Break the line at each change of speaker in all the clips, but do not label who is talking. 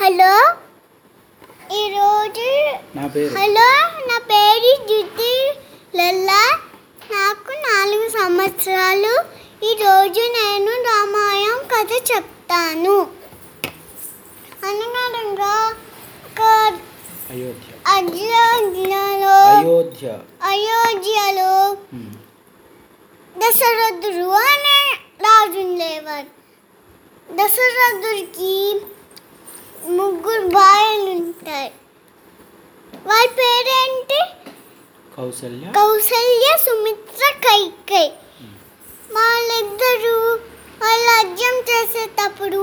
Hello ఈరోజు
నా పేరు
హలో నా పేరు జ్యుతి లల్లా నాకు నాలుగు సంవత్సరాలు ఈరోజు నేను రామాయణం కథ చెప్తాను అనగనగా ఒక
అయోధ్య
అయోధ్యలో
అయోధ్య
అయోధ్యలో
ఉమ్.
దశరథుడు అనే రాజు ఉండేవారు దశరథుడికి ముగ్గురు భార్యలు ఉంటాయి వాళ్ళ పేరేంటి
కౌసల్య
కౌసల్య సుమిత్ర కైకై వాళ్ళిద్దరూ వాళ్ళ అజ్యం చేసేటప్పుడు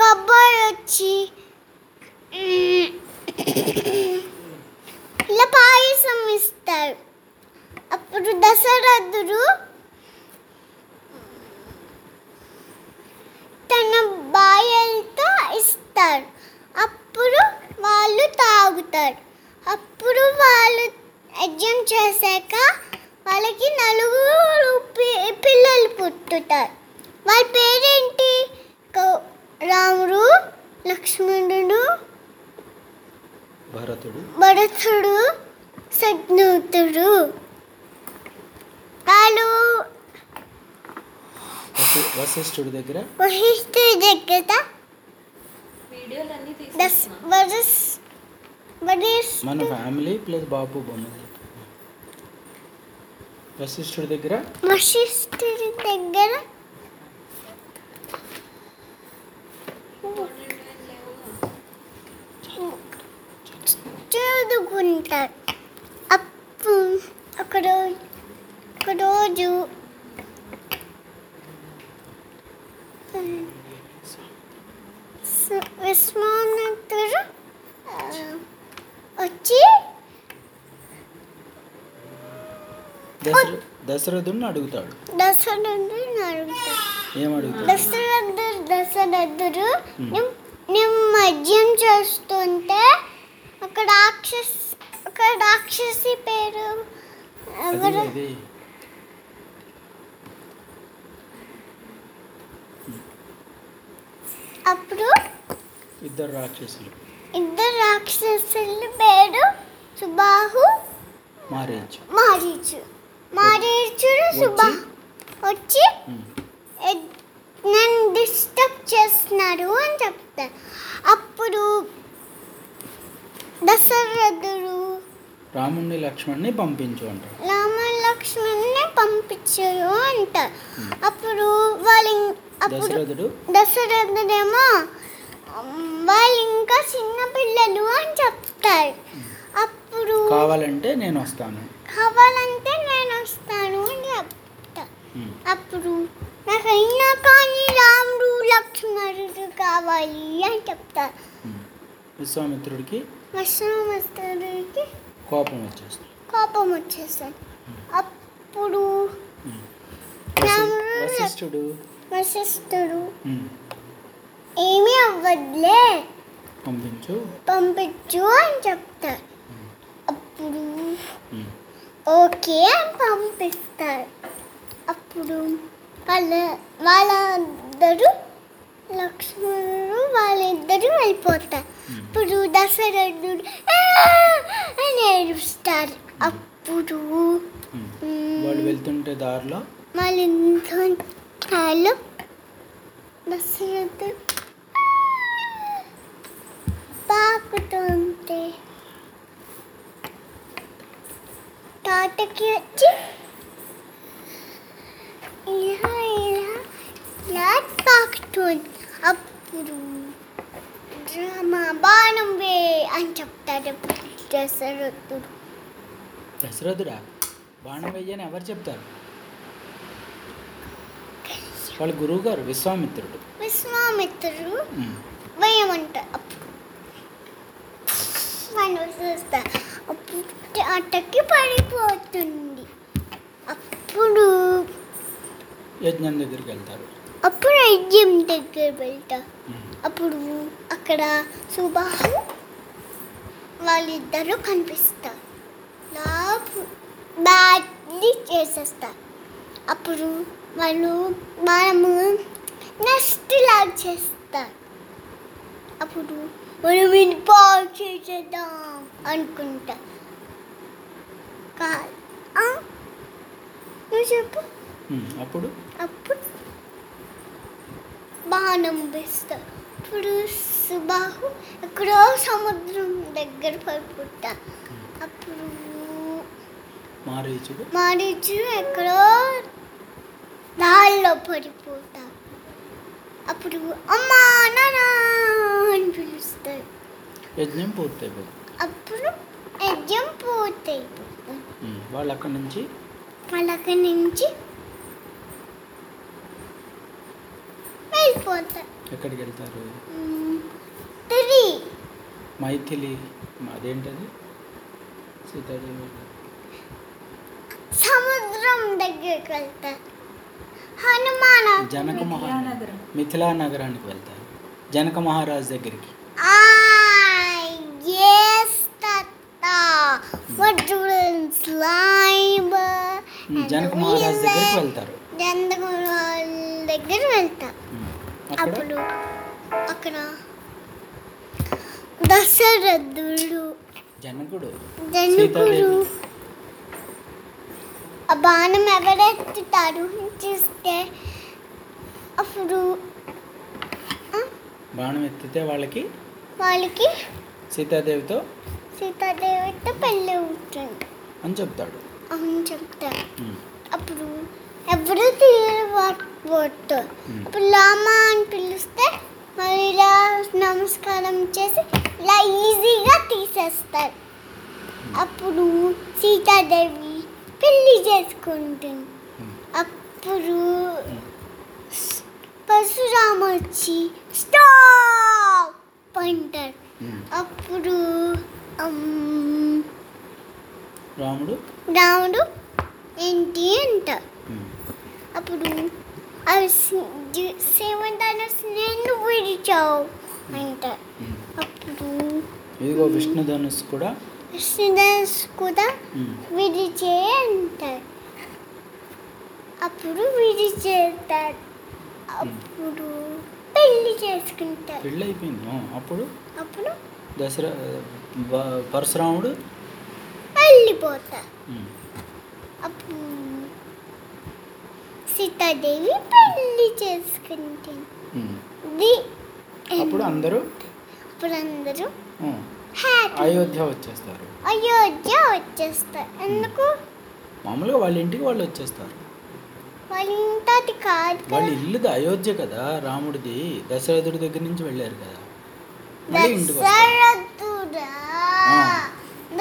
కబ్బర్ వచ్చి "మ్మ్, ఇలా పాయసం ఇస్తారు అప్పుడు దశరథుడు తన బాయలతో ఇస్తారు అప్పుడు వాళ్ళు తాగుతారు అప్పుడు వాళ్ళు యజ్ఞం చేశాక వాళ్ళకి నలుగురు పి- పిల్లలు పుట్టుతారు వాళ్ళ పేరేంటి కౌ- రాముడు లక్ష్మణుడు
భరతుడు
భరతుడు సజ్ఞుతుడు వాళ్ళు
వసి- వశిష్ఠుడి దగ్గర
వహిష్ఠు దగ్గర
వీడియోలన్నీ
దస్
తీసేస్తున్నా
వరస్ వరస్
మన ఫ్యామిలీ ప్లస్ బాపు బొమ్మ వశిష్ఠుడి దగ్గర
వశిష్ఠుడి దగ్గర చదువుకుంటారు అప్పు ఒకరోజు ఒకరోజు సు- విశ్వామిత్రుడు ఆ, వచ్చి
దశర దశరథుడిని అడుగుతాడు
దశనుడు నడుగుతాడు
ఏం అడుగుతాడు
దశరథుడు దశరథుడు నిమ్- నిమజ్జనం చేస్తుంటే ఒక రాక్షస్ ఒక రాక్షసి పేరు
అది
ఎవరు
అది
అప్పుడు
ఇద్దరు రాక్షసులు
ఇద్దరు రాక్షసుల పేరు సుబాహు
మ్యారేజ్
మారీచు మారీచుడు సుబా వచ్చి ఎ- నన్ను డిస్టర్బ్ చేస్తున్నారు అని చెప్తారు అప్పుడు దశరథుడు
రాముణ్ణి లక్ష్మణ్ణి పంపించు అంటాడు
రామలక్ష్మణ్ని పంపించారు అంట అప్పుడు వాళ్ళు ఇం- అప్పుడు
దశరథుడు
దశరథుడేమో "ఉమ్, వాళ్ళు ఇంకా చిన్న పిల్లలు అని చెప్తారు అప్పుడు
కావాలంటే నేను వస్తాను
కావాలంటే నేను వస్తాను అని చెప్తా
ఉమ్.
అప్పుడు నాకైనా కానీ రాముడు లక్ష్మణుడు కావాలి అని చెప్తారు
ఉమ్. విశ్వామిత్రుడికి
విశ్వామిత్రుడికి
కోపం వచ్చేస్తుంది
కోపం వచ్చేస్తుంది అప్పుడు
ఉమ్. వశి- వశిష్ఠుడు
వశిష్ఠుడు
ఉమ్.
ఏమీ అవ్వదులే
పంపించు
పంపించు అని చెప్తారు అప్పుడు
ఉమ్.
ఓకే అని పంపిస్తారు అప్పుడు వాళ్ళ వాళ్ళందరూ లక్ష్మణుడు వాళ్ళిద్దరూ వెళ్ళిపోతారు అప్పుడు దశరథుడు "ఆ!" అని ఏడుస్తారు అప్పుడు
ఉమ్. వాళ్ళు వెళ్తుంటే దారిలో
వాళ్ళింట్లో వాళ్ళు దశరథుడు "ఆ!" పాకుతుంటే తాతకి వచ్చి ఇలా ఇలా ఇలా తాకుతుంది అప్పుడు డ్రామా బాణం వే అని చెప్తాడు దశరథుడు
దశరథుడా బాణం వెయ్యని ఎవరు చెప్తారు వాళ్ళ గురువు గారు విశ్వామిత్రుడు
విశ్వామిత్రుడు
ఉమ్.
వేయమంటారు అప్పుడు మనం చూస్తాం అప్పుడు తాతకి పడిపోతుంది అప్పుడు
యజ్ఞం దగ్గరికి వెళ్తారు
అప్పుడు అయ్యం దగ్గర వెళ్తాం
ఉమ్.
అప్పుడు అక్కడ సుబాహు వాళ్ళిద్దరూ కనిపిస్తారు లాపు బ్యాడ్లీ చేసేస్తారు అప్పుడు వాళ్ళు మనము నెక్స్ట్ లాగ్ చేస్తారు అప్పుడు మనం ఇది బాగు చేసేద్దాం అనుకుంటా కా- ఆ? నువ్వు చెప్పు
ఉమ్, అప్పుడు
అప్పుడు బాణం వేస్తారు ఇప్పుడు సుబాహు ఎక్కడో సముద్రం దగ్గర పడిపోతా అప్పుడు
మారీచుడు
మారీచు ఎక్కడో దారిలో పడిపోతా అప్పుడు అమ్మా నానా అని పిలుస్తారు
యజ్ఞం పూర్తయిపోయింది
అప్పుడు యజ్ఞం పూర్తయిపోతుంది
ఉమ్, వాళ్ళు అక్కడి నుంచి
పలక నుంచి వెళ్ళిపోతా
ఎక్కడికి వెళ్తారు
త్రీ
మైథిలి అదేంటది సీతాదేవి
సముద్రం దగ్గరికి వెళ్తా హనుమాన
జనక మహారాజ్
మిథిలానగరం.
మిథిలా నగరానికి వెళ్తారు జనక మహారాజ్ దగ్గరికి ఉమ్, జనక మహారాజ్ దగ్గరికి వెళ్తారు
జనక మహారాజ్ దగ్గర వెళ్తా
ఉమ్, అక్కడ
అప్పుడు అక్కడ దశరథుడు
జనకుడు
జనకుడు
సీతాదేవి.
ఆ బాణం ఎవరెత్తుతారు చూస్తే అప్పుడు ఆ,
బాణం ఎత్తితే వాళ్ళకి
వాళ్ళకి
సీతాదేవితో
సీతాదేవితో పెళ్ళి అవుతుంది
అని చెప్తాడు
అవును చెప్తారు
ఉమ్,
అప్పుడు ఎవరు తీరు పట్టుకోవద్దు
Hmm.
ఇప్పుడు లామా అని పిలిస్తే మరి ఇలా నమస్కారం చేసి ఇలా ఈజీగా తీసేస్తారు అప్పుడు సీతాదేవి పెళ్లి చేసుకుంటుంది
ఉమ్,
అప్పుడు
ఉమ్.
పరశురామ వచ్చి స్టాప్ అంటారు
ఉమ్.
అప్పుడు అమ్,
రాముడు
రాముడు ఏంటి అంటారు
ఉమ్,
అప్పుడు అవి సేవంతానస్ నేను విడిచావు అంట
ఉమ్.
అప్పుడు
ఇదిగో విష్ణు ధనుస్సు కూడా
కృష్ణదాస్ కూడా
ఉమ్,
విడిచే అంటారు అప్పుడు విడిచేస్తారు అప్పుడు పెళ్లి చేసుకుంటారు
పెళ్ళి అయిపోయింది ఆ, అప్పుడు
అప్పుడు
దసరా బ- పరశురాముడు
వెళ్ళిపోతారు
ఉమ్,
అప్పుడు సీతాదేవి పెళ్లి చేసుకుంటుంది
ఉమ్.
ది-
అప్పుడు అందరూ
అప్పుడు అందరూ
ఉమ్,
హ్యాపీ
అయోధ్య వచ్చేస్తారు
అయోధ్య వచ్చేస్తారు ఎందుకు
మామూలుగా వాళ్ళ ఇంటికి వాళ్ళు వచ్చేస్తారు
వాళ్ళ ఇంతటి కాదు
వాళ్ళ ఇల్లుది అయోధ్య కదా రాముడిది దశరథుడి దగ్గర నుంచి వెళ్ళారు కదా మళ్ళీ ఇంటికి వస్తారు.
దశరథుడా
ఆ.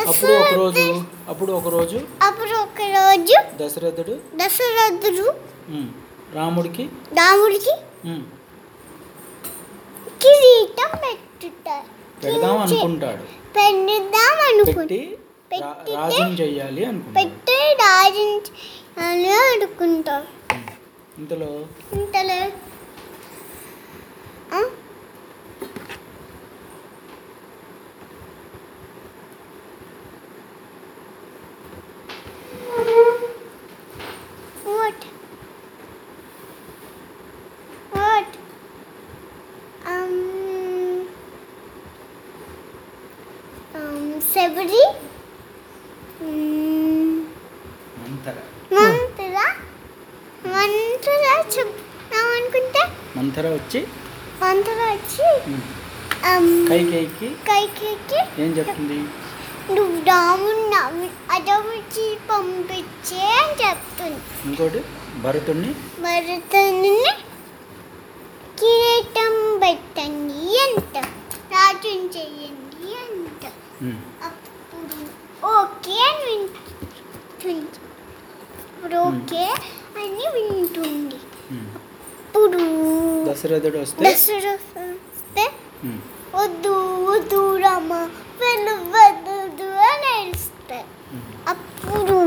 అప్పుడు
దశరథ-
ఒకరోజు అప్పుడు ఒకరోజు
అప్పుడు ఒక రోజు
దశరథుడు
దశరథుడు
ఉమ్, రాముడికి
రాముడికి
ఉమ్,
కిరీటం పెట్టుతారు
పెడదాం
కిరీటం
అనుకుంటాడు
పెడదాం
పెట్టి
అనుకుంటారు
రా-
పెట్టితే-
రాజ్యం చెయ్యాలి అనుకుంటాడు
పెట్టి రాజించాలి అనుకుంటారు
ఇంతలో
ఇంతలో ఆ? What? What? Um. Um. Severy. Mm.
మంతర
మంతులా మంతులా చెప్తాం అనుకుంటే
మంతర వచ్చి
మంతులు వచ్చి
ఉమ్,
అమ్,
కైకేయికి
కైకేయికి
ఏం చెప్తుంది
నువ్వు రామున్నావు అడవికి పంపించే అని చెప్తుంది
ఇంకోటి భరతుణ్ణి
భరతుని కిరీటం పెట్టండి అంట రాజుని చెయ్యండి అంట
ఉమ్,
అప్పుడు ఓకే అని వింటుంది ఇప్పుడు ఓకే అని వింటుంది
ఉమ్.
ఇప్పుడు
దశరథుడు వస్తే
దసరా వస్తే
ఉమ్,
వద్దు వద్దు రామ వెళ్ళు వద్దు అని ఏడుస్తారు
ఉమ్,
అప్పుడు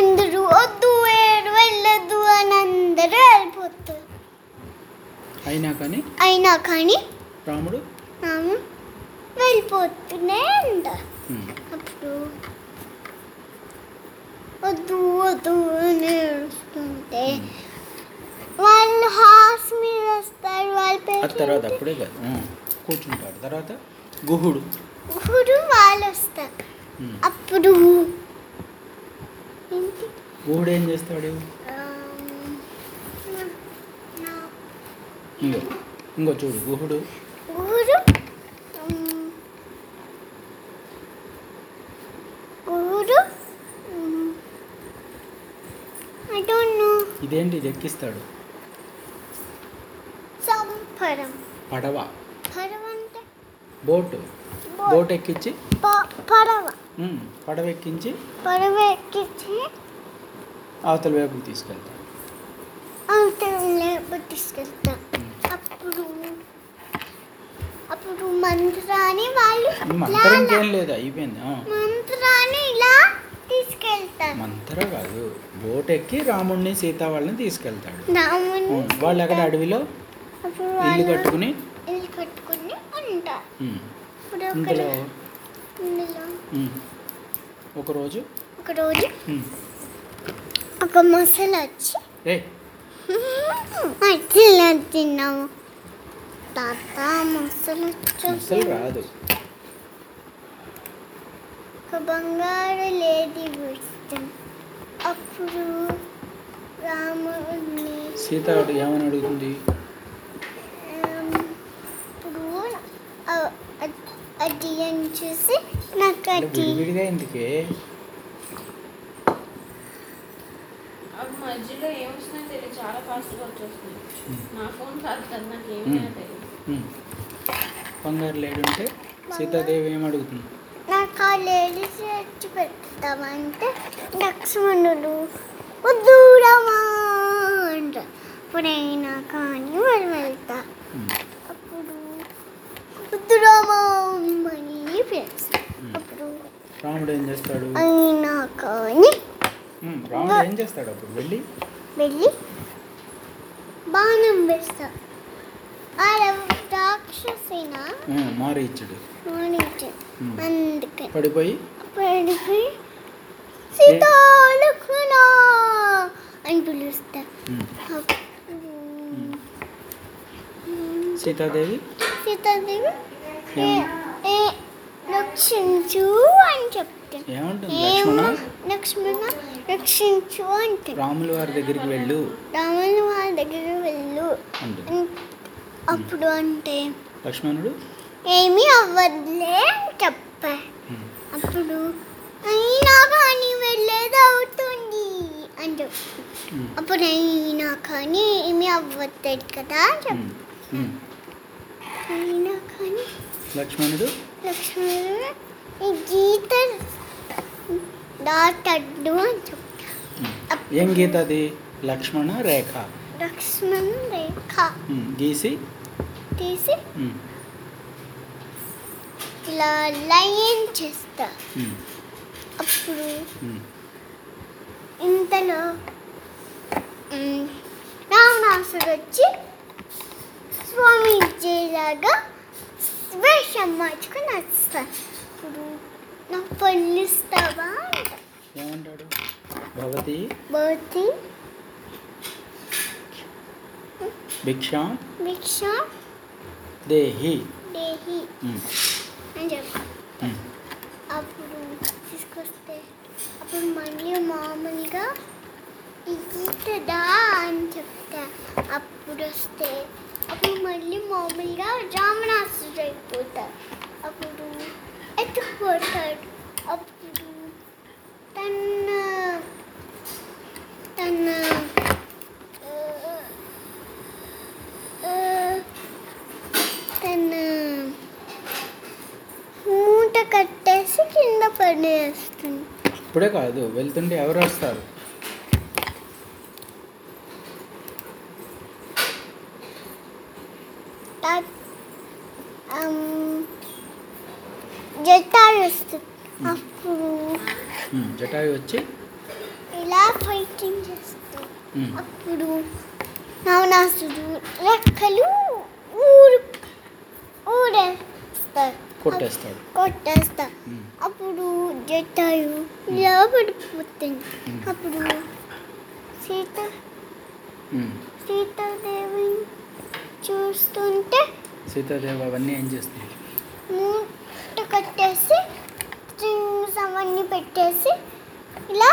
అందరూ వద్దు ఏడు వెళ్ళదు అని అందరూ వెళ్ళిపోతారు
అయినా కానీ
అయినా కానీ
రాముడు
రాము వెళ్ళిపోతూనే ఉంటారు
ఉమ్,
అప్పుడు వద్దు వద్దు అని ఏడుస్తుంటే వాళ్ళు హాస్ మీద వస్తారు వాళ్ళ
ఆ తర్వాత
పేరు
అప్పుడే కాదు ఉమ్, కూర్చుంటాడు తర్వాత గుహుడు
ఇప్పుడు వాళ్ళు వస్తారు
ఉమ్.
అప్పుడు ఏంటి?
గుహుడు ఏం చేస్తాడు
ఆమ్, నా- నా-
ఇంకో ఇంకో చూడు గుహుడు
ఊరు మ్, ఊరు ఐ డోంట్ నో
ఇదేంటి ఇది ఎక్కిస్తాడు
సంపరం
పడవ
పరవ అంటే
బోటు
బోట్.
బోట్ ఎక్కించి
ప- పరవ
ఉమ్, పడవ ఎక్కించి
పరవ ఎక్కించి
అవతల వైపుకి తీసుకెళ్తాడు
అవతలే పట్టించుకెళ్తా అప్పుడు అప్పుడు మంత్రాన్ని వాళ్ళు
ఈ
ఇలా
మంత్రం ఇంకేం లేదు అయిపోయింది ఆ.
మంత్రాన్ని ఇలా తీసుకెళ్తాను
మంత్ర కాదు బోట్ ఎక్కి రాముడిని సీత వాళ్ళని తీసుకెళ్తాడు
రాముని
ఉమ్, వాళ్ళు అక్కడ అడవిలో
అప్పుడు
ఇల్లు
వాళ్ళు
కట్టుకుని
ఇల్లు కట్టుకుని ఉంటారు
ఉమ్,
ఇప్పుడు ఒకరు
ఇందులో
ఇందులో
ఉమ్, ఒకరోజు
ఒకరోజు
ఉమ్,
ఒక మసాలా వచ్చి
రే
అట్లా తిన్నాము తాత మసాలా
అసలు
వచ్చేసి
రాదు
ఒక బంగారు లేడీ గుర్తం అప్పుడు రాముడిని
సీత అడుగు- ఏమని అడుగుతుంది
ఆమ్, ఇప్పుడు ఆ- అ- అది అని చూసి నాకు
అంటే
అది
విడివిడిగా ఎందుకే
అవి మధ్యలో ఏమొచ్చినా తెలియదు చాలా ఫాస్ట్గా వచ్చేస్తుంది నా ఫోన్ కాదు కదా నాకు
మ్మ్.
ఏమైనా తెలియదు
ఉమ్, బంగారు లేడు అంటే సీతాదేవి ఏం అడుగుతుంది
నాకు ఆ లేడీ తెచ్చి పెడతామంటే లక్ష్మణుడు వద్దురామా అంట ఇప్పుడైనా కానీ మరి వెళ్తా
ఉమ్,
అప్పుడు వద్దురామా అని ఫ్రెండ్స్
ఉమ్.
అప్పుడు
రాముడు ఏం చేస్తాడు
అయినా కానీ
ఉమ్, రాముడు ఏం చేస్తాడు అప్పుడు వెళ్ళి
వెళ్ళి బాణం వేస్తా ఆ రాక్షసిన
ఉమ్, మారి ఇచ్చాడు
ఓడించు
ఉమ్,
అందుకని
పడిపోయి
పడిపోయి సీతాలక్ష్మణ అని పిలుస్తా
ఉమ్,
అప్పుడు Hmm.
సీతాదేవి
సీతాదేవి ఏ ఏ రక్షించు అని చెప్తా
ఏమంటుంది
ఏమో
లక్ష్మణ
లక్ష్మణ రక్షించు అంటాడు
రాముల వారి దగ్గరికి వెళ్ళు
రాముని వాళ్ళ దగ్గర వెళ్ళు
అంటుంది
అన్- అప్పుడు అంటే
లక్ష్మణుడు
ఏమీ అవ్వదులే అని చెప్పా
ఉమ్,
అప్పుడు అయినా కానీ వెళ్ళేది అవుతుంది అని చెప్పు
ఉమ్,
అప్పుడు అయినా కానీ ఏమీ అవ్వట్లేదు కదా అని
ఉమ్,
చెప్పు
ఉమ్.
అయినా కానీ
లక్ష్మణుడు
లక్ష్మణుడు ఈ గీత దాటడ్డు అని చెప్పు
ఏం గీత అది లక్ష్మణ రేఖ
లక్ష్మణ్ రేఖ
ఉమ్, గీసి
తీసి
ఉమ్,
ఇలా లైన్ చేస్తా
ఉమ్,
అప్పుడు
ఉమ్,
ఇంతలో మ్, రావణాసుడు వచ్చి స్వామి ఇచ్చేలాగా వేషం మార్చుకుని వస్తాను ఇప్పుడు నాకు పళ్ళు ఇస్తావా అంట
ఏమంటాడు భవతి
బోతి
భిక్షాం
భిక్ష
దేహి
దేహి
ఉమ్,
అని చెప్పి
ఉమ్,
అప్పుడు తీసుకొస్తే అప్పుడు మళ్ళీ మామూలుగా ఇస్తుందా అని చెప్తా అప్పుడు వస్తే అప్పుడు మళ్ళీ మామూలుగా రామణాసుడు అయిపోతాడు అప్పుడు ఎత్తుకుపోతాడు అప్పుడు తన తన ఆ, ఆ, తన మూట కట్టేసి కింద పడేస్తుంది
ఇప్పుడే కాదు వెళ్తుంటే ఎవరు వస్తారు
తా- అమ్, జటాలు వస్తుంది అప్పుడు
ఉమ్, జటాయు వచ్చి
ఇలా ఫైటింగ్ చేస్తుంది
ఉమ్,
అప్పుడు నవనాసుడు రెక్కలు ఊరు ఊడేస్తారు
కొట్టేస్తాడు
కొట్టేస్తా
ఉమ్,
అప్పుడు జటాయు ఇలా పడిపోతుంది అప్పుడు సీత
ఉమ్,
సీతాదేవిని చూస్తుంటే
సీతాదేవి అవన్నీ ఏం చేస్తుంది
మూట కట్టేసి స్ట్రింగ్స్ అవన్నీ పెట్టేసి ఇలా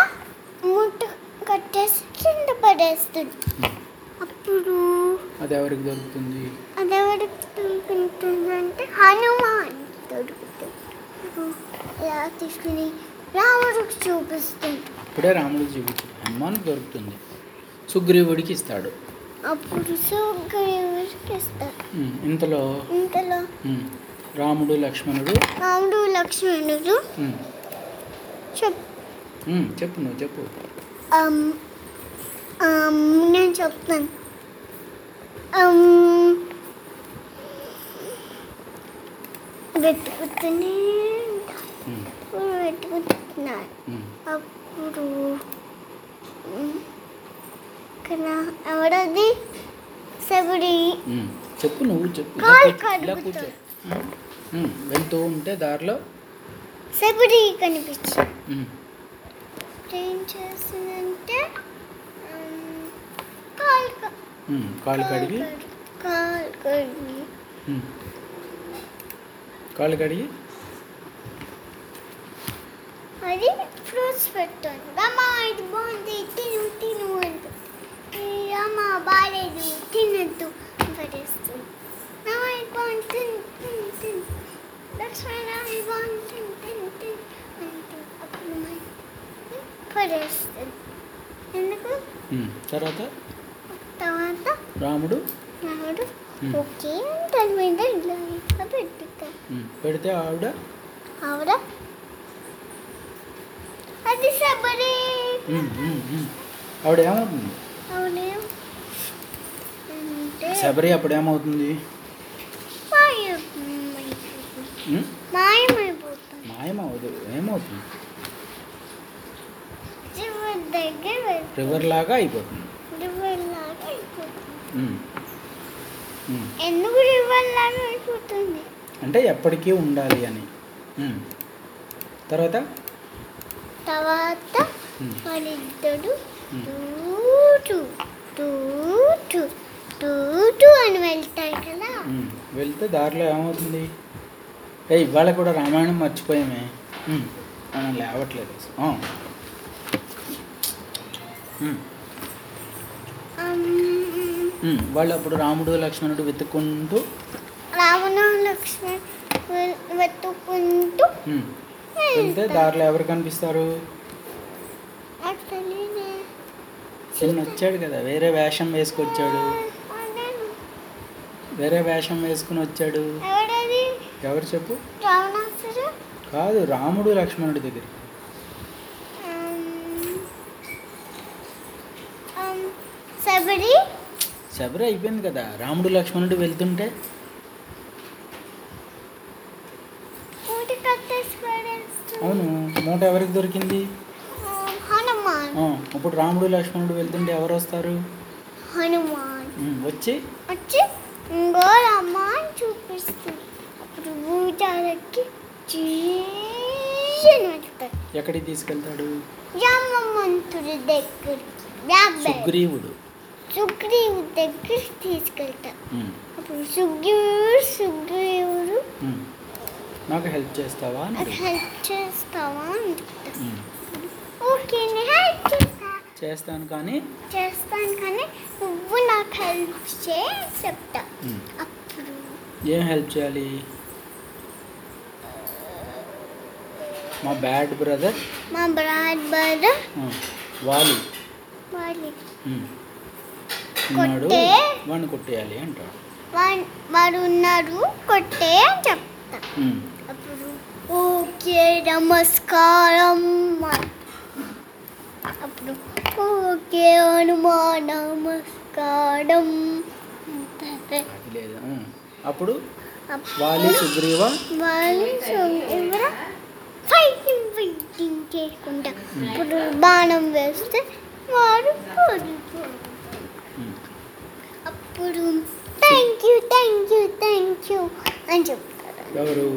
మూట కట్టేసి కింద పడేస్తుంది అప్పుడు
అది ఎవరికి దొరుకుతుంది
అదెవరికి దొరుకుతుంది అంటే హనుమాన్ దొరుకుతుంది అప్పుడు ఇలా తీసుకుని రాముడికి చూపిస్తుంది
ఇప్పుడే రాముడికి చూపించు హనుమానికి దొరుకుతుంది సుగ్రీవుడికి ఇస్తాడు
అప్పుడు సూర్యుడికి ఇస్తారు
ఉమ్, ఇంతలో
ఇంతలో
ఉమ్, రాముడు లక్ష్మణుడు
రాముడు లక్ష్మణుడు
ఉమ్,
చెప్
ఉమ్, చెప్పు నువ్వు చెప్పు
Um, um, నేను చెప్తాను Um, వెతుకుతూనే
ఉమ్,
ఉంటాను. వెతుకుతున్నాను
ఉమ్,
అప్పుడు um, ఇక్కడ ఎవరది శబరి
ఉమ్, చెప్పు నువ్వు చెప్పు ఇలా
కాలు
కూర్చో, ఇలా
కడుగుతా.
కూర్చో ఉమ్, ఉమ్, వెళ్తూ ఉంటే దారిలో
శబరి కనిపించి
ఉమ్,
ఏం చేసిందంటే um, కాలు క-
ఉమ్, కాలు కడిగి
కడుగు- కాలు కడిగి
ఉమ్, కాలు కడిగి
అది ఫ్రూట్స్ పెట్టాను రమ్మా ఇది బాగుంది తిను తిను అంటు రమ్మా బాగాలేదు తినద్దు అని పడేస్తుంది రమ్మా ఇది బాగుంది తిను తిను తిను లక్ష్మణ ఇది బాగుంది తిను తిను తిను అంటు అప్పుడు మరి పడేస్తుంది ఎందుకు
ఉమ్, తర్వాత
తర్వాత
రాముడు
నాడు
Hmm.
ఓకే దాని మీద ఇలా ఇంకా పెట్టుతాను
ఉమ్, పెడితే ఆవిడ
ఆవిడ అది సబరీ
ఉమ్, ఉమ్, ఉమ్, ఆవిడ ఏమవుతుంది
అవునే అంటే
శబరి అప్పుడు ఏమవుతుంది
మాయమైపోతుంది
ఉమ్,
మాయమైపోతుంది
మాయమవుదు ఏమవుతుంది
చివరి దగ్గర వెళ్తుంది
రివర్ లాగా అయిపోతుంది
రివర్ లాగా అయిపోతుంది
ఉమ్. ఉమ్.
ఎందుకు రివర్ లాగా అయిపోతుంది
అంటే ఎప్పటికీ ఉండాలి అని ఉమ్. తర్వాత
తర్వాత
ఉమ్.
వాళ్ళిద్దరు
Hmm.
టూటు టూటు టూటు అని వెళ్తాయి కదా
ఉమ్. వెళ్తే దారిలో ఏమవుతుంది ఏ ఇవాళ కూడా రామాయణం మర్చిపోయామే ఉమ్. మనం లేవట్లేదు ఆ. ఉమ్.
అమ్మ్.
ఉమ్. వాళ్ళు అప్పుడు రాముడు లక్ష్మణుడు వెతుక్కుంటూ
రావణ లక్ష్మణ్ వె- వెతుక్కుంటూ
ఉమ్. వెళ్తే
వెళ్తారు
దారిలో ఎవరు కనిపిస్తారు
అసలు నే-
చిన్న వచ్చాడు కదా వేరే వేషం వేసుకొచ్చాడు
అవును.
వేరే వేషం వేసుకుని వచ్చాడు
ఎవడది
ఎవరు చెప్పు
రావణాసురు
కాదు రాముడు లక్ష్మణుడి దగ్గరికి
ఆమ్, ఆమ్, శబరి
శబరి అయిపోయింది కదా రాముడు లక్ష్మణుడు వెళ్తుంటే
పూట కట్టేసి పడేస్తు-
అవును మూట ఎవరికి దొరికింది
ఆమ్, హనుమాన్
ఆ, ఇప్పుడు రాముడు లక్ష్మణుడు వెళ్తుంటే ఎవరు వస్తారు
హనుమాన్
ఉమ్, వచ్చి
వచ్చి ఇంకో రమ్మ అని చూపిస్తుంది అప్పుడు భూజాలకి చీని వెళ్తాడు
ఎక్కడికి తీసుకెళ్తాడు
రామమంతుడి దగ్గరికి రాబే
సుగ్రీవుడు
సుగ్రీవుడి దగ్గరికి తీసుకెళ్తాడు
ఉమ్,
అప్పుడు సుగ్రీవుడు సుగ్రీవుడు
ఉమ్. నాకు హెల్ప్ చేస్తావా అని
నాకు
అడుగు.
హెల్ప్ చేస్తావా అని చెప్తాడు.
ఉమ్,
ఓకే నేను హెల్ప్ చేస్తా
చేస్తాను కానీ
చేస్తాను కానీ నువ్వు నాకు హెల్ప్ చేయి అని చెప్తా
ఉమ్,
అప్పుడు
ఏం హెల్ప్ చేయాలి మా బ్యాడ్ బ్రదర్
మా బ్రాడ్ బ్రదర్
వాలి
వాళ్ళకి
ఉమ్, ఉన్నాడు
కొట్టే.
వాడిని కొట్టేయాలి అంటాడు
వాన్- వారు ఉన్నారు కొట్టే అని చెప్తా
ఉమ్,
అప్పుడు ఓకే నమస్కారం అన్- అప్పుడు ఓకే హనుమాన్ నమస్కారం అంటారు.
అది లేదు ఉమ్. అప్పుడు
అప్పుడు
వాలి సుగ్రీవ
వాళ్ళు సం- ఎవరు ఫైటింగ్ ఫైటింగ్ చేయకుండా ఇప్పుడు బాణం వేస్తే వాడు కోరుకోరు
ఉమ్.
అప్పుడు thank you thank you thank you అని చెప్తారు
ఎవరు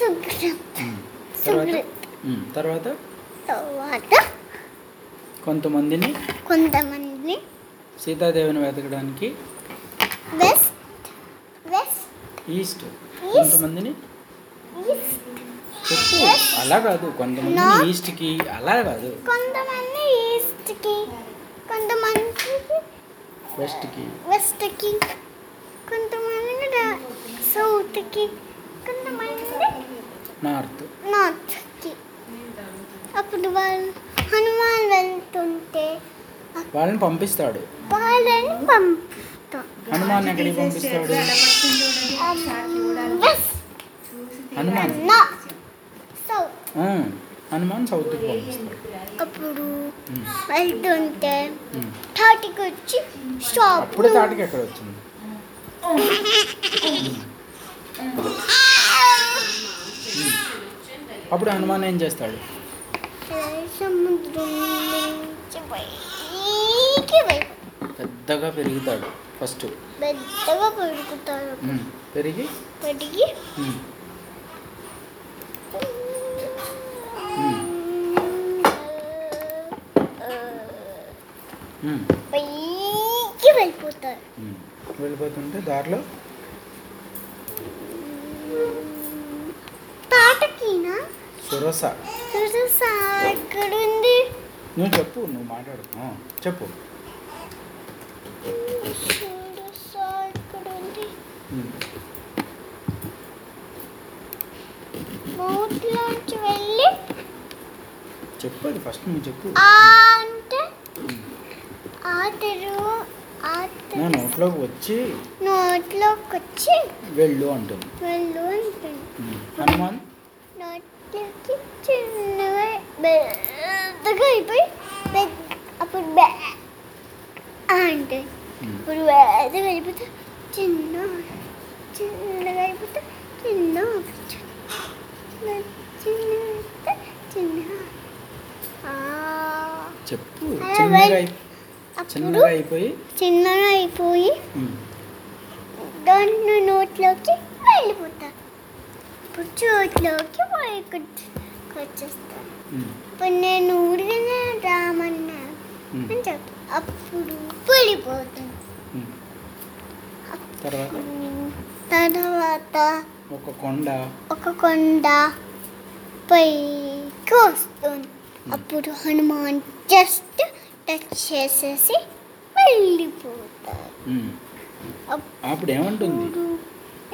సుగ్రీవం
ఉమ్. తర్వాత
సుగ్రీవం
ఉమ్. తర్వాత
తర్వాత
కొంతమందిని
కొంతమందిని
సీతాదేవిని వెతకడానికి
వెస్ట్ వెస్ట్
ఈస్ట్ కొంతమందిని చెప్పు అలా కాదు కొంతమందిని
North.
ఈస్ట్కి అలా కాదు
కొంతమంది ఈస్ట్కి కొంతమంది
వెస్ట్కి
వెస్ట్కి కొంతమంది రా- సౌత్కి కొంతమంది
నార్త్
నార్త్కి అప్పుడు వాళ్ళు హనుమాన్ వెళ్తుంటే
వాళ్ళని పంపిస్తాడు
వాళ్ళని పంపుతాం
హనుమాన్ ఎక్కడికి పంపిస్తాడు
వెస్ట్
హనుమాన్
నార్త్ సౌత్
ఆ, హనుమాన్ సౌత్కి పంపిస్తాడు
అప్పుడు
ఉమ్,
వెళ్తుంటే
ఉమ్.
థర్టీకి వచ్చి స్టాప్
అప్పుడే తాటికి ఎక్కడ వచ్చింది అప్పుడు హనుమాన్ ఏం చేస్తాడు
సముద్రం నుంచి పైకి పోయి
పెద్దగా పెరుగుతాడు ఫస్ట్
పెద్దగా పెరుగుతారు
ఉమ్, పెరిగి
పెరిగి
ఉమ్, ఉమ్,
పైకి వెళ్ళిపోతారు
ఉమ్. వెళ్ళిపోతుంటే దారిలో
తాటకినా
సురస
చూసా ఎక్కడుంది
నువ్వు చెప్పు నువ్వు మాట్లాడు ఆ, చెప్పు
చూసా ఎక్కడుంది
ఉమ్,
బోట్లోంచి వెళ్ళి
చెప్పు అది ఫస్ట్ నువ్వు చెప్పు
ఆ అంటే ఆ తెరువు ఆ
నా
తెరువు
నోట్లోకి వచ్చి
నోట్లోకి వచ్చి
వెళ్ళు అంటుంది
వెళ్ళు అంటుంది
ఉమ్, హనుమాన్
నోట్లోకి చిన్నగా పెద్దగా అయిపోయి పెద్ద అప్పుడు బే అంటే
ఉమ్,
ఇప్పుడు పెద్దగా అయిపోతే చిన్న చిన్నగా అయిపోతే చిన్న చిన్న చిన్న చిన్న ఆ.
చెప్పు
అలా
చిన్నగా
వెళ్-
అయి-
అప్పుడు
చిన్నగా అయిపోయి
చిన్నగా అయిపోయి
ఉమ్,
దాంట్లో నోట్లోకి వెళ్ళిపోతా ఇప్పుడు చోట్లోకి వచ్చేస్తాను
ఉమ్,
ఇప్పుడు నేను ఊరికనే రామన్నా
ఉమ్,
అని చెప్పు అప్పుడు వెళ్ళిపోతాను
ఉమ్. తర్వాత
తర్వాత
ఒక కొండ
ఒక కొండ పైకి వస్తుంది అప్పుడు హనుమాన్ జస్ట్ టచ్ చేసేసి వెళ్ళిపోతారు
ఉమ్.
అప్పుడు
అప్పుడు ఏమంటుంది
నువ్వు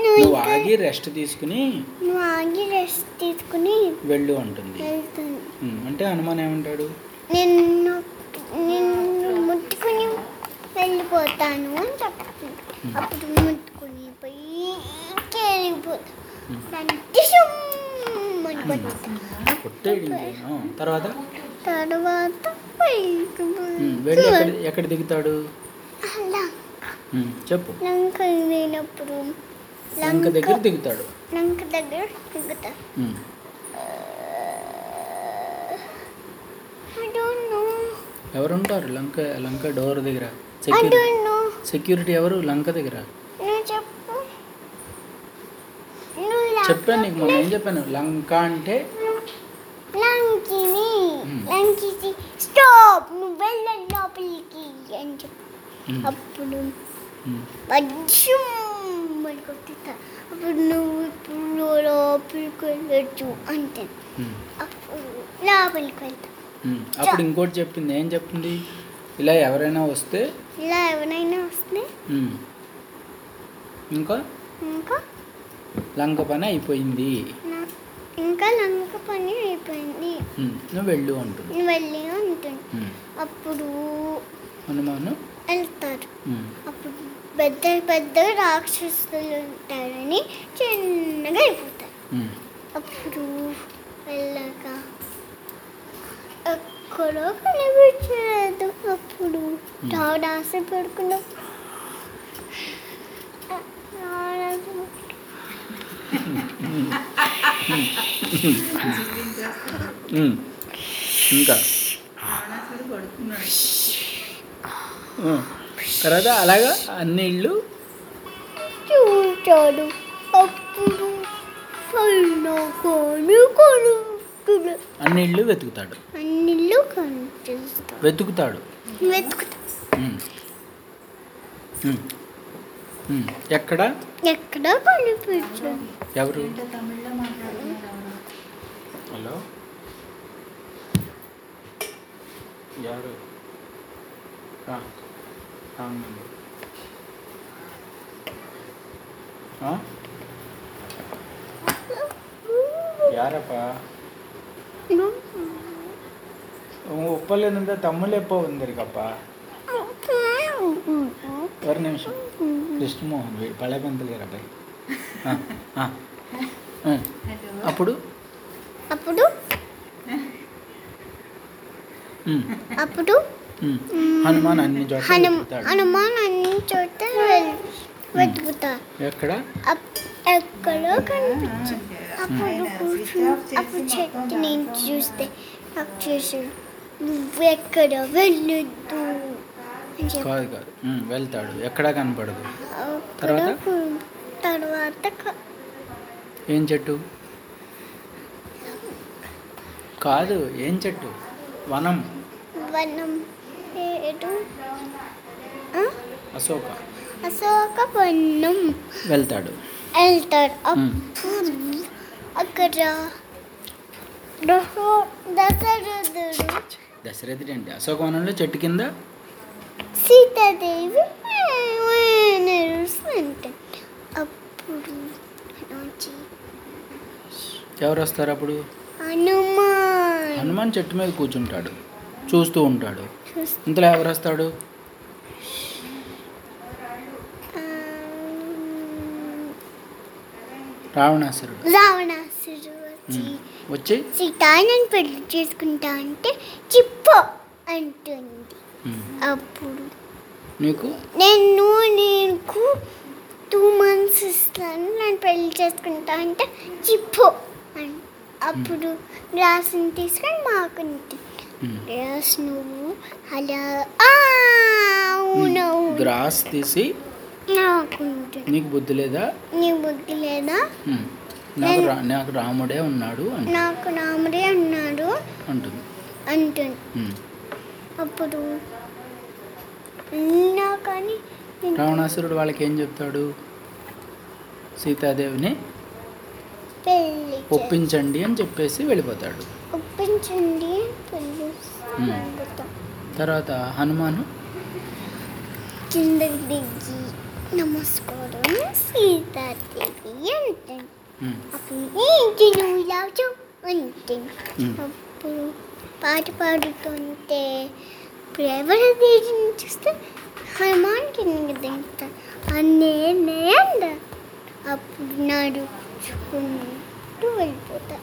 నువ్వు
ఇంకా-
ఆగి రెస్ట్ తీసుకుని
నువ్వు ఆగి రెస్ట్ తీసుకుని
వెళ్ళు అంటుంది
వెళ్తాను
ఉమ్, అంటే హనుమాన్ ఏమంటాడు
నిన్ను నిన్ను ముట్టుకుని వెళ్ళిపోతాను అని చెప్తాను అప్పుడు ముట్టుకుని పోయి వెళ్ళిపోతాను
Hmm.
అంటే షుమ్ అని
Hmm.
కొట్టుకుంటాను.
కొట్టేడు ఆ, తర్వాత
తర్వాత
ఉమ్, వెళ్ళి ఎక్కడ
వెళ్ళిపోతాను
ఎక్కడ దిగుతాడు
అలా
ఉమ్, చెప్పు
లంక లేనప్పుడు
లంక దగ్గర
లంక
దిగుతాడు
లంక దగ్గర దిగుతా
ఉమ్,
ఐ డోంట్ నో
ఎవరుంటారు లంక లంక డోర్ దగ్గర
I
security
don't know
security ఎవరు లంక దగ్గర
నువ్వు చెప్పు నువ్వు
చెప్పాను నీకు మొన్న ఏం చెప్పాను లంక అంటే
లంకిని
Hmm.
లంకిసి స్టాప్ నువ్వు వెళ్ళండి లోపలికి అని చెప్పు
ఉమ్,
అప్పుడు
ఉమ్,
పద్యం అని కొట్టుతా అప్పుడు నువ్వు ఇప్పుడు లోపలికి వెళ్ళొచ్చు అంటే
ఉమ్,
అప్పుడు లోపలికి వెళ్తా
ఉమ్. అప్పుడు ఇంకోటి చెప్పింది ఏం చెప్తుంది ఇలా ఎవరైనా వస్తే
ఇలా ఎవరైనా వస్తే
ఉమ్, ఇంకా
ఇంకా
లంక పని అయిపోయింది
నా- ఇంకా లంక పని అయిపోయింది
ఉమ్, నువ్వు వెళ్ళు అంటుంది
నువ్వు వెళ్ళి ఉంటుంది
ఉమ్,
అప్పుడు
హనుమాను
వెళ్తారు
ఉమ్,
అప్పుడు పెద్ద పెద్ద రాక్షసులు ఉంటారని చిన్నగా అయిపోతారు
ఉమ్,
అప్పుడు వెళ్ళాక ఎక్కడో కనిపించలేదు అప్పుడు రాడాస పెడుకున్నాం
ఉమ్, ఇంకా ఉమ్, తర్వాత అలాగా అన్ని ఇళ్ళు
చూచాడు అప్పుడు కళ్ళు కొను కొనుక్కున్నా
అన్ని ఇళ్ళు వెతుకుతాడు
అన్నిళ్ళు కనిపిస్తాం
వెతుకుతాడు
వెతుకుతాం
ఉమ్, ఉమ్. ఉమ్, ఎక్కడ
ఎక్కడో కనిపించు
ఎవరు
ఏంటో తమిళ్లో మాట్లాడుతున్నారు ఎవరు?
హలో ఎవరు రా. Wrong number. ఆ? యారప్పా உங்கள் உப்பல்ல இருந்த தமிழ் எப்போ வந்திருக்காப்பா ஒரு நிமிஷம் కృష్ణమోహన్ వీడు పళ్ళబంతులు గారు అబ్బాయి ఆ, ఆ, ఆ.
అటు
అప్పుడు
అప్పుడు
ఉమ్,
అప్పుడు
ఉమ్. హనుమాన్ అన్ని చోట్ల
హనుమ
వెతుకుతాడు.
హనుమాన్ అన్ని చోట వెల్- వెతుకుతా
ఎక్కడ
అప్- ఎక్కడో కనిపి అప్పుడు కూర్చుని అప్పుడు చెట్టు నేను చూస్తే నాకు చూసాను నువ్వు ఎక్కడ వెళ్ళొద్దు అని చెప్పి
కాదు కాదు ఉమ్, వెళ్తాడు ఎక్కడా కనపడదు
అప్పుడు
తర్వాత?
కు- తర్వాత క-
ఏం చెట్టు కాదు ఏం చెట్టు వనం
వనం పేరు ఆ?
అశోక
అశోక వనం
వెళ్తాడు
వెళ్తాడు
మ్మ్.
అప్పుడు అక్కడ దశ- దశరథుడు
దశరథుడు అంటే అశోకవనంలో చెట్టు కింద
సీతాదేవి నడుస్తుంటాడు అప్పుడు నుంచి
ఎవరు వస్తారు అప్పుడు
హనుమాన్
హనుమాన్ చెట్టు మీద కూర్చుంటాడు చూస్తూ ఉంటాడు
చూస్తా
ఇంతలో ఎవరు వస్తాడు రావణాసురుడు
రావణాసుడు వచ్చి
ఉమ్. వచ్చి
సీతాయనని పెళ్లి చేసుకుంటా అంటే చిప్పు అంటుంది
ఉమ్.
అప్పుడు
నీకు
నేను నీకు టూ మంత్స్ ఇస్తాను నేను పెళ్లి చేసుకుంటా అంటే చిప్పు అని అప్పుడు గ్లాసుని తీసుకొని మాకు
ఉమ్.
గ్లాస్ నువ్వు అలా ఆ, అవునవును
గ్రాస్ తీసి
నాకుంటుంది
నీకు బుద్ధి లేదా
నీ బుద్ధి లేదా
ఉమ్. నాకు రా నాకు రాముడే ఉన్నాడు అంటు-
నాకు రాముడే అన్నాడు
అంటుంది
అంటుంది
ఉమ్.
అప్పుడు ఉన్నా కానీ నేను
రావణాసురుడు వాళ్ళకి ఏం చెప్తాడు సీతాదేవిని
పెళ్లి చే-
ఒప్పించండి అని చెప్పేసి వెళ్ళిపోతాడు
ఒప్పించండి పెళ్లి
మ్మ్.
చేస్తాం.
తర్వాత హనుమాను
కిందకి దిగి నమస్కారం సీతాదేవి అంటుంది
ఉమ్,
అప్పుడు ఏంటి నువ్వు ఇలా వచ్చావు అంటుంది
మ్మ్.
అప్పుడు పాట పాడుతుంటే ఇప్పుడు ఎవరు దేశం చూస్తే హనుమాన్ కిందకి దిగుతాను అన్నే నేంద అప్పుడు నడుచుకుంటూ వెళ్ళిపోతా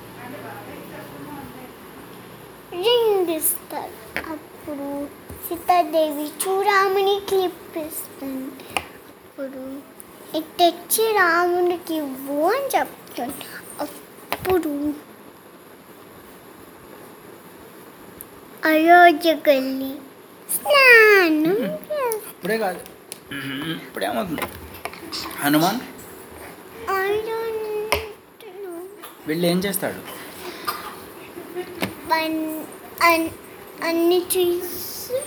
రింగ్ ఇస్తారు అప్పుడు సీతాదేవి చూరాముని క్లిప్ ఇస్తుంది అప్పుడు ఇది తెచ్చి రామునికి ఇవ్వు అని చెప్తాను అప్పుడు అయోధ్యకెళ్ళి స్నానం చేస్తాను
ఇప్పుడే కాదు ఉమ్, ఇప్పుడేమవుతుంది హనుమాన్ వెళ్ళి ఏం చేస్తాడు
వన్- అన్- అన్ని చూసి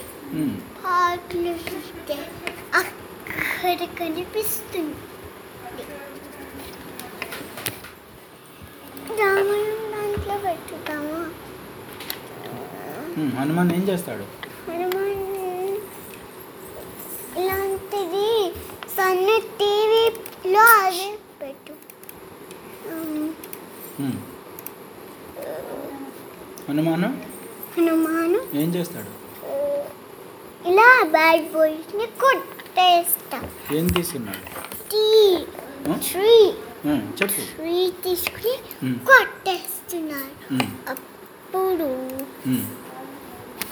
ఉమ్,
పాటలు చూస్తే అక్కడ కనిపిస్తుంది రామాయణం దాంట్లో పెట్టుతామా
ఉమ్, హనుమాన్ ఏం చేస్తాడు
హనుమాన్ ఇలాంటిది సన్న టీవీలో అది పెట్టు ఉమ్,
ఉమ్. హనుమాను
హనుమాను
ఏం చేస్తాడు
ఆ, ఇలా బ్యాడ్ బాయ్స్ని కొట్టేస్తాం
ఏం తీసుకున్నాడు
టీ
ఉమ్,
ట్రీ
ఉమ్, చెప్పు
ట్రీ తీసుకుని
Hmm.
కొట్టేస్తున్నారు
ఉమ్,
అప్పుడు
ఉమ్.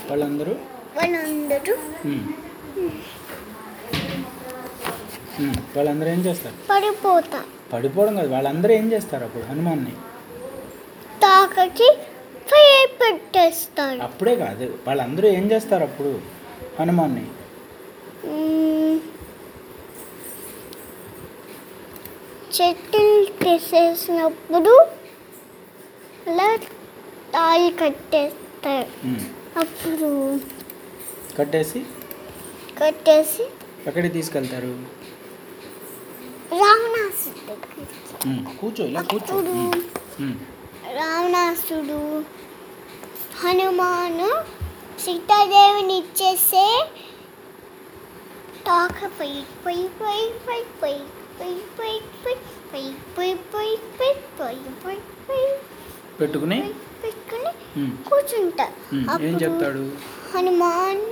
వాళ్ళందరూ
వాళ్ళందరూ
ఉమ్. ఉమ్, వాళ్ళందరూ ఏం చేస్తారు
పడిపోతారు
పడిపోవడం కాదు వాళ్ళందరూ ఏం చేస్తారు అప్పుడు హనుమాన్ని
తాకకి ఫ్రీ పెట్టేస్తారు
అప్పుడే కాదు వాళ్ళందరూ ఏం చేస్తారు అప్పుడు హనుమాన్ని
మ్మ్. చెట్టుని తీసేసినప్పుడు అలా తాళి కట్టేస్తారు
ఉమ్.
అప్పుడు
కట్టేసి
కట్టేసి
ఎక్కడికి తీసుకెళ్తారు
రావణాసుడు
ఉమ్, కూర్చో ఇలా కూర్చో
అప్పుడు
ఉమ్, ఉమ్,
రావణాసుడు హనుమాను సీతాదేవిని ఇచ్చేసే తాక పై పై పై పై పై పై పై పై పై పై పై పై పై పై పై
పెట్టుకుని
పెట్టుకుని
ఉమ్,
కూర్చుంటా
ఉమ్, ఏం
అప్పుడు
చెప్తాడు
హనుమాన్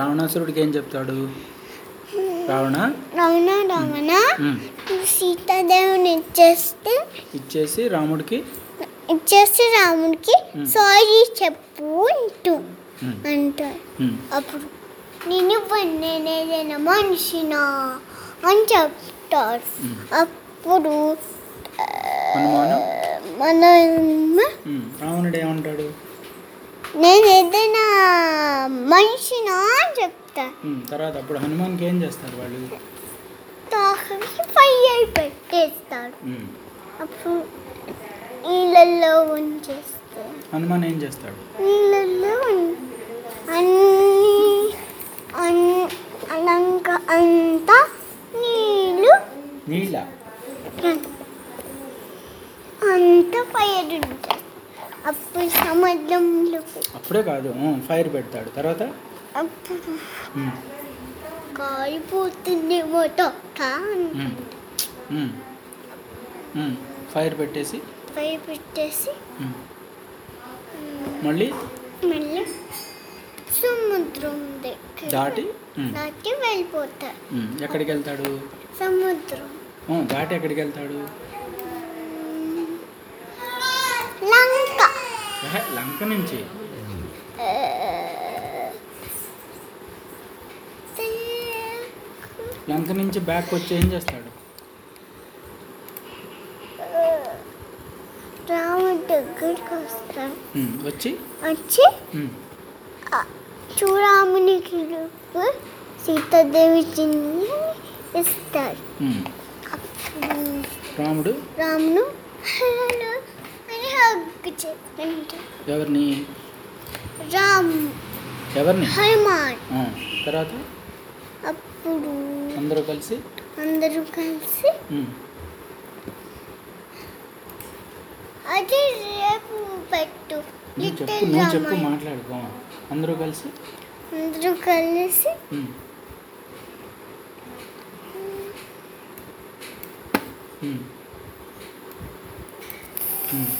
రావణాసురుడికి ఏం చెప్తాడు రావణ
రావణ రావణ
ఉమ్,
నువ్వు సీతాదేవిని ఇచ్చేస్తే
ఇచ్చేసి రాముడికి
ఇచ్చేస్తే రాముడికి
Hmm.
సారీ చెప్పు అంటూ
ఉమ్,
అంటారు
ఉమ్,
అప్పుడు నేను ఇవ్వను నేను ఏదైనా మనిషినా అని చెప్తారు
Hmm.
అప్పుడు ఆ,
హనుమాను
మన
ఉమ్, రావణుడు ఏమంటాడు
నేను ఏదైనా మనిషినా అని చెప్తాను
ఉమ్, తర్వాత అప్పుడు హనుమాన్కి ఏం చేస్తారు వాళ్ళు
తాకకి పై అయి పెట్టేస్తాడు
ఉమ్,
అప్పుడు నీళ్ళల్లో ఉంచేస్తాడు
హనుమాన్ ఏం చేస్తాడు
నీళ్ళల్లో ఉం- అన్ని అన్- అలంక అంతా నీళ్ళు
నీళ్ళ
అంతా ఫైర్ ఉంటుంది అప్పుడు సముద్రంలో పో-
అప్పుడే కాదు ఉమ్, ఫైర్ పెడతాడు తర్వాత
అప్పుడు
ఉమ్,
కాలిపోతుంది మొదట
ఉమ్, ఉమ్, ఉమ్, ఫైర్ పెట్టేసి
ఫైర్ పెట్టేసి
ఉమ్, మళ్ళీ
మళ్ళీ సముద్రం దగ్గర
దాటి ఉమ్,
దాటి వెళ్ళిపోతారు
ఉమ్, ఎక్కడికి వెళ్తాడు
సముద్రం
ఉమ్, దాటి ఎక్కడికి వెళ్తాడు
లంక
ఎహె, లంక నుంచి
ఆ,
లంక నుంచి బ్యాక్ వచ్చి ఏం చేస్తాడు
రాముడి దగ్గరికి వస్తాం
ఉమ్, వచ్చి
వచ్చి
ఉమ్,
ఆ, చూరామునికి రూపు సీతాదేవి చిన్ని ఇస్తారు
ఉమ్,
అప్పుడు
రాముడు
రామును హలో అని హగ్గు చేస్తుంటారు
ఎవరిని
రామ్
ఎవరిని
హనుమాన్
ఆ, తర్వాత
అప్పుడు
అందరూ కలిసి
అందరూ కలిసి
ఉమ్,
అది రేపు పెట్టు
నువ్వు చెప్పు
లిటిల్
నువ్వు చెప్పు
రామాయణం
మాట్లాడుకో అందరూ కలిసి
అందరూ కలిసి
ఉమ్, ఉమ్, ఉమ్.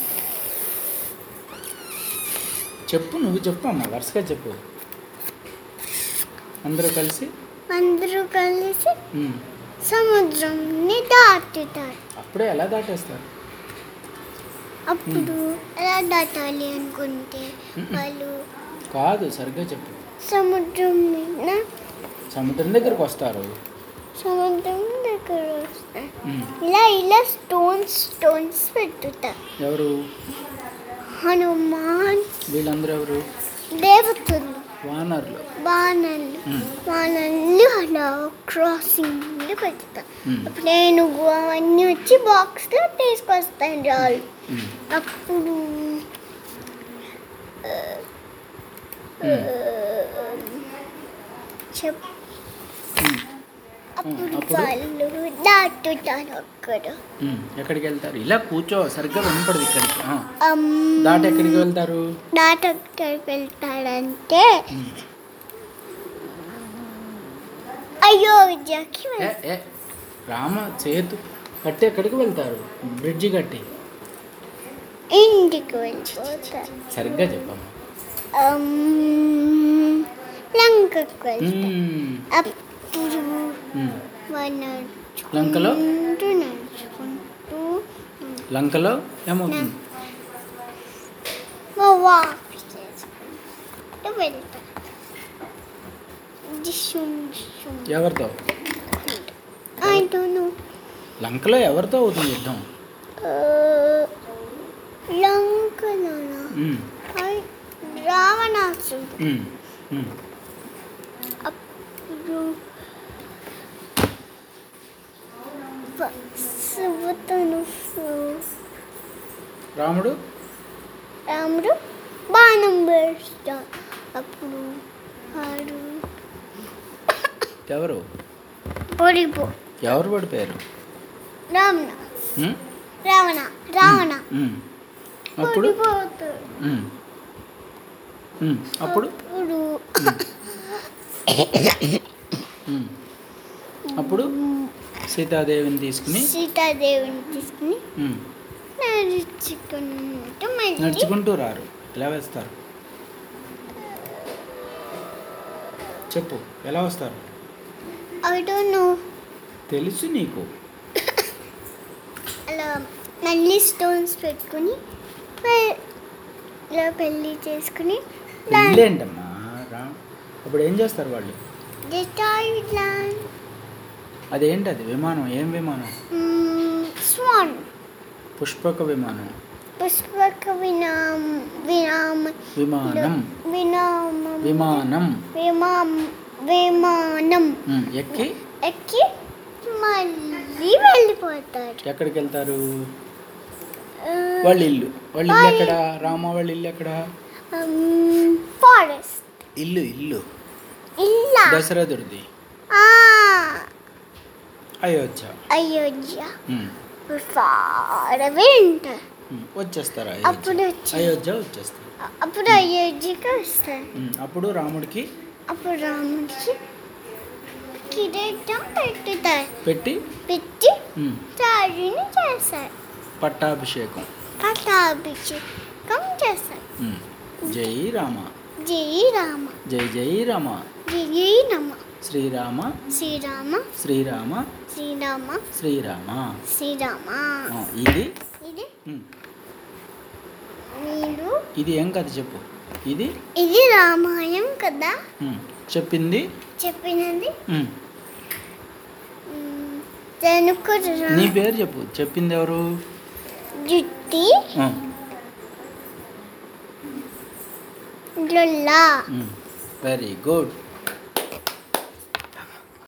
చెప్పు నువ్వు చెప్పు అమ్మ వరుసగా చెప్పు అందరూ కలిసి
అందరూ కలిసి
ఉమ్,
సముద్రంని దాటుతారు
అప్పుడే ఎలా దాటేస్తారు
అప్పుడు ఎలా దాటాలి అనుకుంటే వాళ్ళు
కాదు సరిగ్గా చెప్పు
సముద్రం మీద
సముద్రం దగ్గరకు వస్తారు
సముద్రం దగ్గర వస్తారు
ఉమ్,
ఇలా ఇలా స్టోన్స్ స్టోన్స్ పెట్టుతారు
ఎవరు
హనుమాన్
వీళ్ళందరూ ఎవరు
దేవతలు
వానర్లు
బాణలు
ఉమ్,
బాణలు అలా క్రాసింగ్లు పెడతారు
ఉమ్,
అప్పుడు ఏనుగు అవన్నీ వచ్చి బాక్స్లో తీసుకొస్తాను రాళ్ళు
ఉమ్.
అప్పుడు ఆ, ఆ, చెప్
ఉమ్,
అప్పుడు
అప్పుడు?
వాళ్ళు దాటుతారు అక్కడ
ఉమ్, ఎక్కడికి వెళ్తారు ఇలా కూర్చో సరిగ్గా వినపడదు ఇక్కడికి ఆ,
అమ్,
దాటి ఎక్కడికి వెళ్తారు
దాట ఎక్కడికి వెళ్తాడంటే
ఉమ్,
అయోధ్యకి
ఏ,
వెళ్తారు
ఏ, రామ సేతు కట్టి ఎక్కడికి వెళ్తారు బ్రిడ్జి కట్టి
ఇంటికి వెళ్ళిపోతారు
సరిగ్గా చెప్పమ్మా
అమ్, లంకకు వెళ్తారు
ఉమ్,
అప్పుడు
ఉమ్.
వాళ్ళు
లంకలో?
నడుచుకుంటూ నడుచుకుంటూ
లంకలో ఏమవుతుంది
వాక్ చేసుకుంటూ వెళ్తారు దిశుం, దిశుం.
ఎవరితో
I don't know.
లంకలో ఎవరితో అవుతుంది యుద్ధం
Uh, లంకలోనా?
ఉమ్,
I- రావణాసురుడు
ఉమ్, ఉమ్,
అప్పుడు బ- సువతను
రాముడు
రాముడు బాణం వేస్తాడు అప్పుడు వాడు
ఎవరు
ఓడిపో
ఎవరు పడిపోయారు
రావణ
ఉమ్,
రావణ రావణ
ఉమ్. అప్పుడు
ఓడిపోతాడు.
ఉమ్. ఉమ్, అప్పుడు
అప్పుడు
ఉమ్. అప్పుడు సీతాదేవిని తీసుకుని
సీతాదేవిని తీసుకుని
ఉమ్,
నడుచుకుంటూ మళ్ళీ
నడుచుకుంటూ రారు ఎలా వేస్తారు చెప్పు ఎలా వస్తారు
అవును
తెలుసు నీకు
అలా మళ్ళీ స్టోన్స్ పెట్టుకుని పె- ఇలా పెళ్ళి చేసుకుని
పెళ్ళి ఏంటమ్మా రా అప్పుడు ఏం చేస్తారు వాళ్ళు
జస్ట్ ఆల్ ప్లాన్
అదేంటి అది విమానం ఏం విమానం
స్వాన్
పుష్పక విమానం
పుష్పక వినామ వినామ
విమానం
వినామ
విమానం
విమానం విమానం
ఉమ్, ఎక్కి
ఎక్కి మళ్ళీ వెళ్ళిపోతారు
ఎక్కడికి వెళ్తారు
ఆ,
వాళ్ళ ఇల్లు వాళ్ళ ఇల్లు ఎక్కడ రామ వాళ్ళ ఇల్లు ఎక్కడ
ఉమ్, ఫారెస్ట్
ఇల్లు ఇల్లు
ఇల్లా
దశరథుడిది
ఆ,
అయోధ్య
అయోధ్య
ఉమ్,
ఫార్ వింటర్
ఉమ్, వచ్చేస్తారు
అప్పుడు
అయోధ్య
వచ్చి-
అయోధ్య వచ్చేస్తారు
అప్పుడు అయోధ్యకి వస్తారు
ఉమ్, అప్పుడు రాముడికి
అప్పుడు రాముడికి కిరీటం పెట్టుతారు
పెట్టి
పెట్టి
ఉమ్,
రాజుని చేస్తారు
పట్టాభిషేకం
పట్టాభిషేకం చేస్తారు
ఉమ్, జై రామ
జై రామ
జై జై రామ
జై నమ
శ్రీరామ
శ్రీరామ
శ్రీరామ
శ్రీరామ
శ్రీరామ
శ్రీరామ
ఆ, ఇది
ఇది
ఉమ్,
మీరు
ఇది ఏం కథ చెప్పు ఇది
ఇది రామాయణం కదా
ఉమ్, చెప్పింది
చెప్పినది
ఉమ్,
మ్, జనకు
నీ
రా-
పేరు చెప్పు చెప్పింది ఎవరు
జుట్టి
ఆ,
లొల్లా
ఉమ్, వెరీ గుడ్